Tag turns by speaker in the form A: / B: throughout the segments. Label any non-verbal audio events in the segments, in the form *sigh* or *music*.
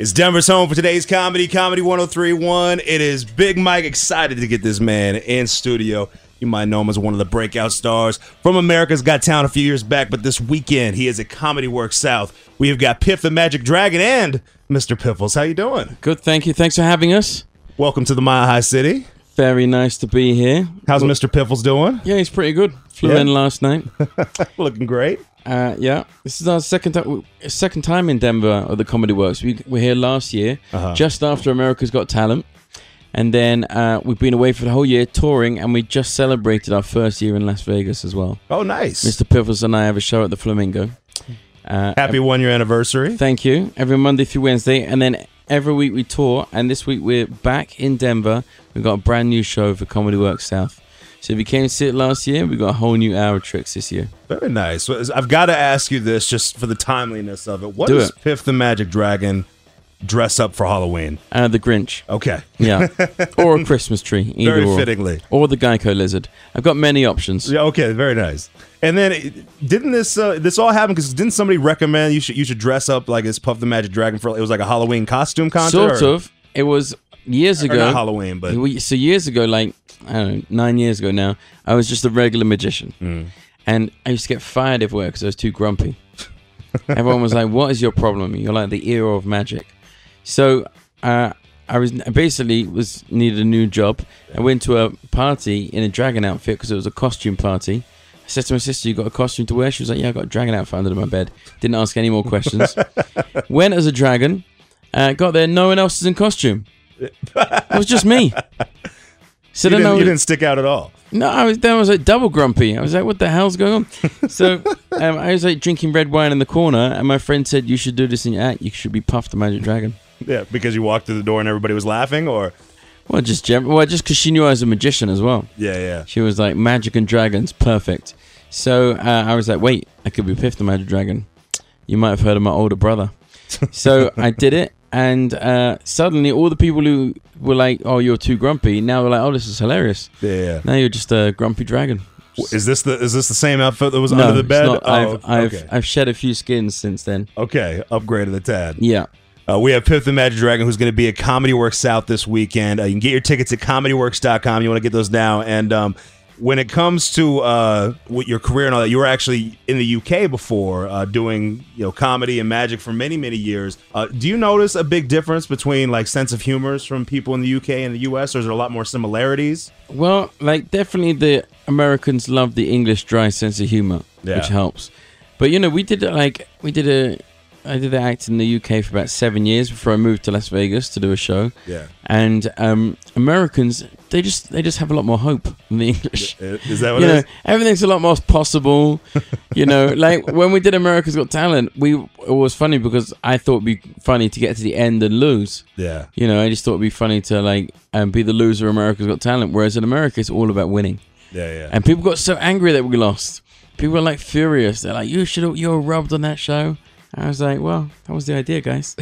A: It's Denver's home for today's comedy, Comedy 1031. It is Big Mike excited to get this man in studio. You might know him as one of the breakout stars from America's Got Talent a few years back, but this weekend he is at Comedy Works South. We have got Piff the Magic Dragon and Mr. Piffles. How you doing?
B: Good, thank you. Thanks for having us.
A: Welcome to the Mile High City.
B: Very nice to be here.
A: How's Mr. Piffles doing?
B: Yeah, he's pretty good. Flew
A: Yeah.
B: in
A: *laughs*
B: last night.
A: Looking great.
B: Uh, yeah, this is our second time. Second time in Denver at the Comedy Works. We were here last year,
A: Uh-huh.
B: just after America's Got Talent, and then uh, we've been away for the whole year touring, and we just celebrated our first year in Las Vegas as well.
A: Oh, nice.
B: Mr. Pivels and I have a show at the Flamingo. Uh,
A: Happy one year anniversary.
B: Thank you. Every Monday through Wednesday, and then every week we tour. And this week we're back in Denver. We've got a brand new show for Comedy Works South. So if you came to see it last year, we got a whole new hour of tricks this year.
A: Very nice. Well, I've got to ask you this just for the timeliness of it. What
B: Do
A: does
B: it.
A: Piff the Magic Dragon dress up for Halloween?
B: Uh, the Grinch,
A: Okay. *laughs*
B: yeah, or a Christmas tree, either
A: Very
B: or.
A: fittingly.
B: or the Geico lizard. I've got many options.
A: Yeah. Okay. Very nice. And then it- didn't this uh, this all happen because didn't somebody recommend you should you should dress up like as Puff the Magic Dragon for it was like a Halloween costume contest?
B: sort
A: or-
B: of. It was years
A: or
B: ago.
A: not Halloween, but
B: We- so years ago, like I don't know, nine years ago now, I was just a regular magician, and I used to get fired everywhere because I was too grumpy. Everyone was like, "What is your problem? You're like the era of magic." So uh, I was I basically was needed a new job. I went to a party in a dragon outfit because it was a costume party. I said to my sister, "You got a costume to wear?" She was like, "Yeah, I got a dragon outfit under my bed." Didn't ask any
A: *laughs*
B: more questions. Went as a dragon. Uh, got there, no one else is
A: *laughs*
B: in costume. It was just me. So
A: you,
B: then
A: didn't,
B: I
A: you
B: was,
A: didn't stick out at all.
B: no, I was then I was like double grumpy. I was like, what the hell's going on?
A: *laughs*
B: So um, I was like drinking red wine in the corner, and my friend said, you should do this in your act. You should be Puff the Magic Dragon.
A: Yeah, because you walked through the door and everybody was laughing, or
B: Well, just gem- well, just because she knew I was a magician as well.
A: yeah, yeah.
B: She was like, magic and dragons, perfect. So uh, I was like, wait, I could be Piff the Magic Dragon. You might have heard of my
A: *laughs*
B: older brother. So I did it, and uh, suddenly all the people who were like, oh, you're too grumpy, now they're like, oh, this is hilarious.
A: yeah, yeah.
B: Now you're just a grumpy dragon.
A: Is this the is this the same outfit that was
B: no,
A: under the
B: it's
A: bed?
B: not.
A: Oh,
B: I've, I've,
A: okay.
B: I've shed a few skins since then.
A: okay, upgraded a tad.
B: Yeah.
A: Uh, we have Piff the Magic Dragon, who's going to be at Comedy Works South this weekend. Uh, you can get your tickets at comedyworks.com. You want to get those now. And um, when it comes to uh, what your career and all that, you were actually in the UK before uh, doing you know comedy and magic for many many years. Uh, do you notice a big difference between like sense of humors from people in the UK and the US, or is there a lot more similarities?
B: Well, like definitely the Americans love the English dry sense of humor,
A: Yeah.
B: which helps. But you know, we did uh, like we did a I did the act in the UK for about seven years before I moved to Las Vegas to do a show.
A: Yeah.
B: And um, Americans, they just they just have a lot more hope than the English.
A: Uh, Is that what
B: you
A: it
B: know,
A: is?
B: everything's a lot more
A: *laughs*
B: possible. you know, like when we did America's Got Talent, we it was funny because I thought it'd be funny to get to the end and lose.
A: Yeah.
B: You know, I just thought it'd be funny to like um, be the loser. of America's Got Talent, whereas in America it's all about winning.
A: Yeah, yeah.
B: And people got so angry that we lost. People were like furious. They're like, "You should, you were robbed on that show." I was like, "Well, that was the idea, guys."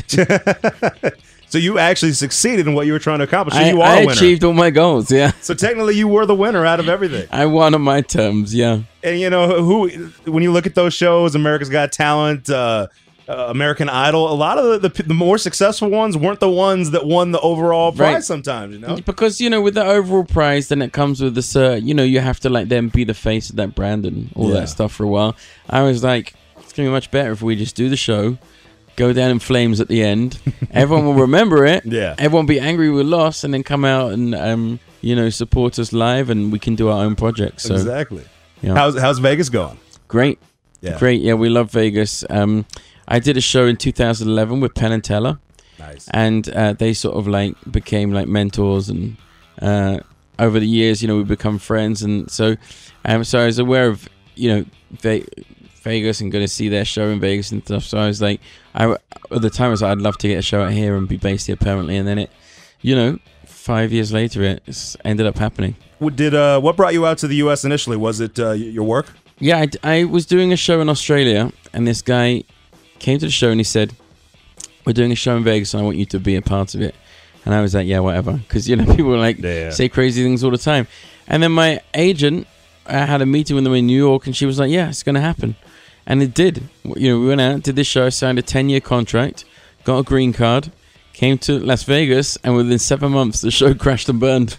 A: so you actually succeeded in what you were trying to accomplish. *laughs* So
B: I,
A: you are
B: I
A: a winner.
B: achieved all my goals. Yeah, *laughs*
A: so technically, you were the winner out of everything.
B: I won on my terms. Yeah.
A: and you know who when you look at those shows america's got talent uh, uh american idol a lot of the, the the more successful ones weren't the ones that won the overall prize
B: Right.
A: sometimes you know
B: Because you know, with the overall prize, then it comes with this. Uh, you know, you have to like then be the face of that brand and all
A: Yeah.
B: that stuff for a while. I was like, it's gonna be much better if we just do the show, go down in flames at the
A: *laughs*
B: end. Everyone will remember it.
A: Yeah.
B: Everyone be angry we lost, and then come out and um, you know, support us live, and we can do our own projects. So
A: exactly
B: Yeah.
A: how's how's vegas going
B: great,
A: Yeah.
B: great. Yeah, we love Vegas. Um, I did a show in 2011 with Penn and Teller
A: nice
B: and uh, they sort of like became like mentors and uh, over the years you know we've become friends and so um, so I was aware of you know they Vegas and going to see their show in Vegas and stuff. So I was like, I at the time I was like, I'd love to get a show out here and be based here permanently. And then it, you know, five years later, it's ended up happening.
A: What did uh, what brought you out to the U.S. initially? Was it uh, y- your work?
B: Yeah, I d- I, was doing a show in Australia, and this guy came to the show and he said, "We're doing a show in Vegas, and I want you to be a part of it." And I was like, "Yeah, whatever," *laughs* because you know people were like
A: Yeah.
B: say crazy things all the time. And then my agent, I had a meeting with them in New York, and she was like, "Yeah, it's going to happen," and it did. W- You know, we went out, did this show, signed a ten-year contract, got a green card. Came to Las Vegas, and within seven months, the show *laughs* crashed
A: *laughs*
B: and burned.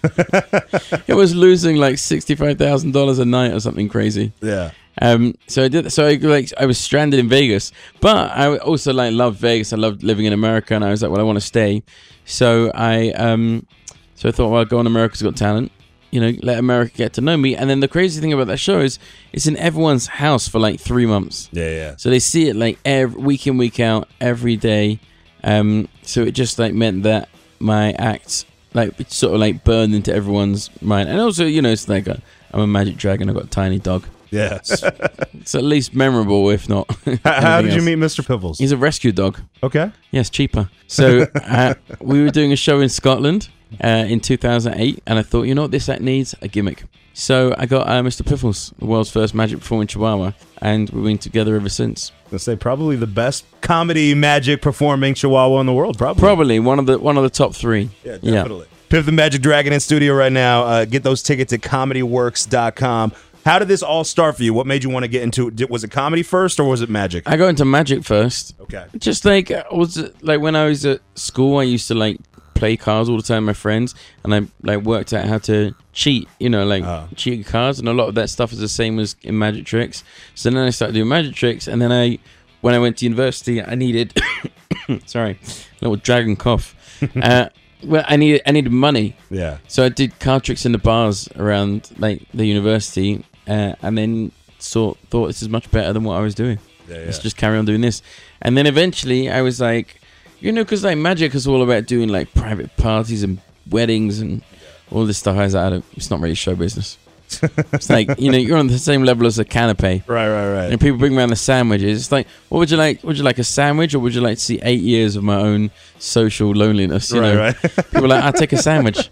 B: it was losing like sixty-five thousand dollars a night or something crazy.
A: Yeah.
B: Um, so I did. So I like I was stranded in Vegas, but I also like loved Vegas. I loved living in America, and I was like, well, I want to stay. So I um, so I thought, well, I'll go on America's Got Talent. You know, let America get to know me. And then the crazy thing about that show is, it's in everyone's house for like three months.
A: Yeah, yeah.
B: So they see it like every week in, week out, every day. Um, so it just like meant that my act like it sort of like burned into everyone's mind. And also, you know, it's like a, I'm a magic dragon. I've got a tiny dog.
A: Yeah.
B: It's at least memorable, if not. *laughs*
A: How, how did
B: anything
A: you
B: else.
A: meet Mr. Pibbles?
B: He's a rescue dog.
A: okay.
B: Yes, cheaper.
A: *laughs*
B: So uh, we were doing a show in Scotland uh, in 2008, and I thought, you know what, this act needs a gimmick. So I got uh, Mr. Piffles, the world's first magic performing chihuahua, and we've been together ever since.
A: Let's say probably the best comedy magic performing chihuahua in the world. Probably.
B: Probably one of the one of the top three.
A: Piff the Magic Dragon in studio right now. Uh, get those tickets at comedyworks.com. How did this all start for you? What made you want to get into it? Did- Was it comedy first or was it magic?
B: I got into magic first.
A: okay.
B: Just like I was like when I was at school, I used to like play cards all the time with my friends, and I like worked out how to cheat. You know, like cheat cards, and a lot of that stuff is the same as in magic tricks. So then I started doing magic tricks, and then I, when I went to university, I needed, *coughs* sorry, little dragon cough. uh, well, I needed I needed money,
A: Yeah.
B: so I did card tricks in the bars around like the university, uh, and then sort thought this is much better than what I was doing.
A: Yeah,
B: Let's
A: yeah.
B: just carry on doing this, and then eventually I was like, you know, because like magic is all about doing like private parties and weddings and all this stuff. I was like, I don't, it's not really
A: *laughs*
B: show business. it's like you know you're on the same level as a canapé.
A: Right, right,
B: And people bring around the sandwiches. It's like, what would you like? Would you like a sandwich, or would you like to see eight years of my own social loneliness? You
A: Right,
B: know,
A: right.
B: people are like, I'll take
A: *laughs*
B: a sandwich.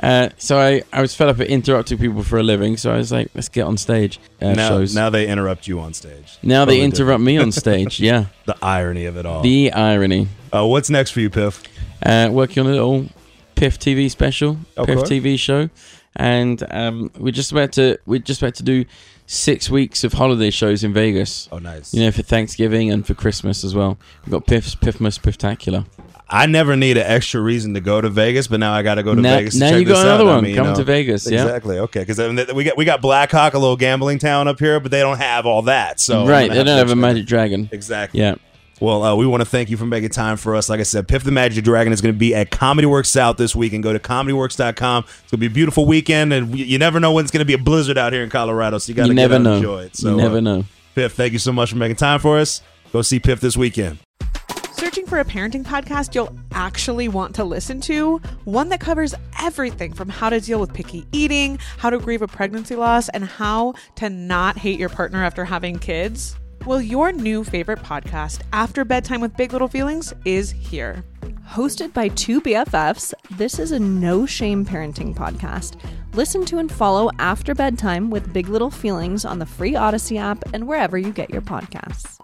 B: Uh, so I, I was fed up at interrupting people for a living. So I was like, let's get on stage.
A: *laughs*
B: Uh,
A: now,
B: shows. now,
A: now they interrupt you on stage.
B: they
A: Totally
B: interrupt me on stage. Yeah,
A: different. The irony of it all.
B: the irony.
A: uh, what's next for you, Piff?
B: Uh, working on a little Piff TV special,
A: Okay.
B: Piff TV show, and um, we're just about to we're just about to do six weeks of holiday shows in Vegas.
A: Oh, nice.
B: You know, for Thanksgiving and for Christmas as well. We've got Piff's Piffmas Pifftacular.
A: I never need an extra reason to go to Vegas, but now I got to go to
B: Now-
A: Vegas. to
B: now
A: check
B: you got
A: this
B: another
A: out. I
B: one.
A: mean, you
B: Come
A: know.
B: to Vegas, yeah.
A: exactly. Okay, because we got we got Black Hawk, a little gambling town up here, but they don't have all that. So Oh, I'm gonna
B: right, they don't
A: to
B: have a
A: check-
B: magic dragon.
A: Exactly.
B: Yeah.
A: Well, uh, we want to thank you for making time for us. Like I said, Piff the Magic Dragon is going to be at Comedy Works South this week, and go to comedyworks.com. It's going to be a beautiful weekend, and we, you never know when it's going to be a blizzard out here in Colorado. So you got to
B: You never
A: and
B: know.
A: enjoy it. So,
B: you
A: uh,
B: never know.
A: Piff, thank you so much for making time for us. Go see Piff this weekend.
C: Searching for a parenting podcast you'll actually want to listen to, one that covers everything from how to deal with picky eating, how to grieve a pregnancy loss, and how to not hate your partner after having kids. Well, your new favorite podcast, After Bedtime with Big Little Feelings, is here.
D: Hosted by two BFFs, this is a no shame parenting podcast. Listen to and follow After Bedtime with Big Little Feelings on the free Odyssey app and wherever you get your podcasts.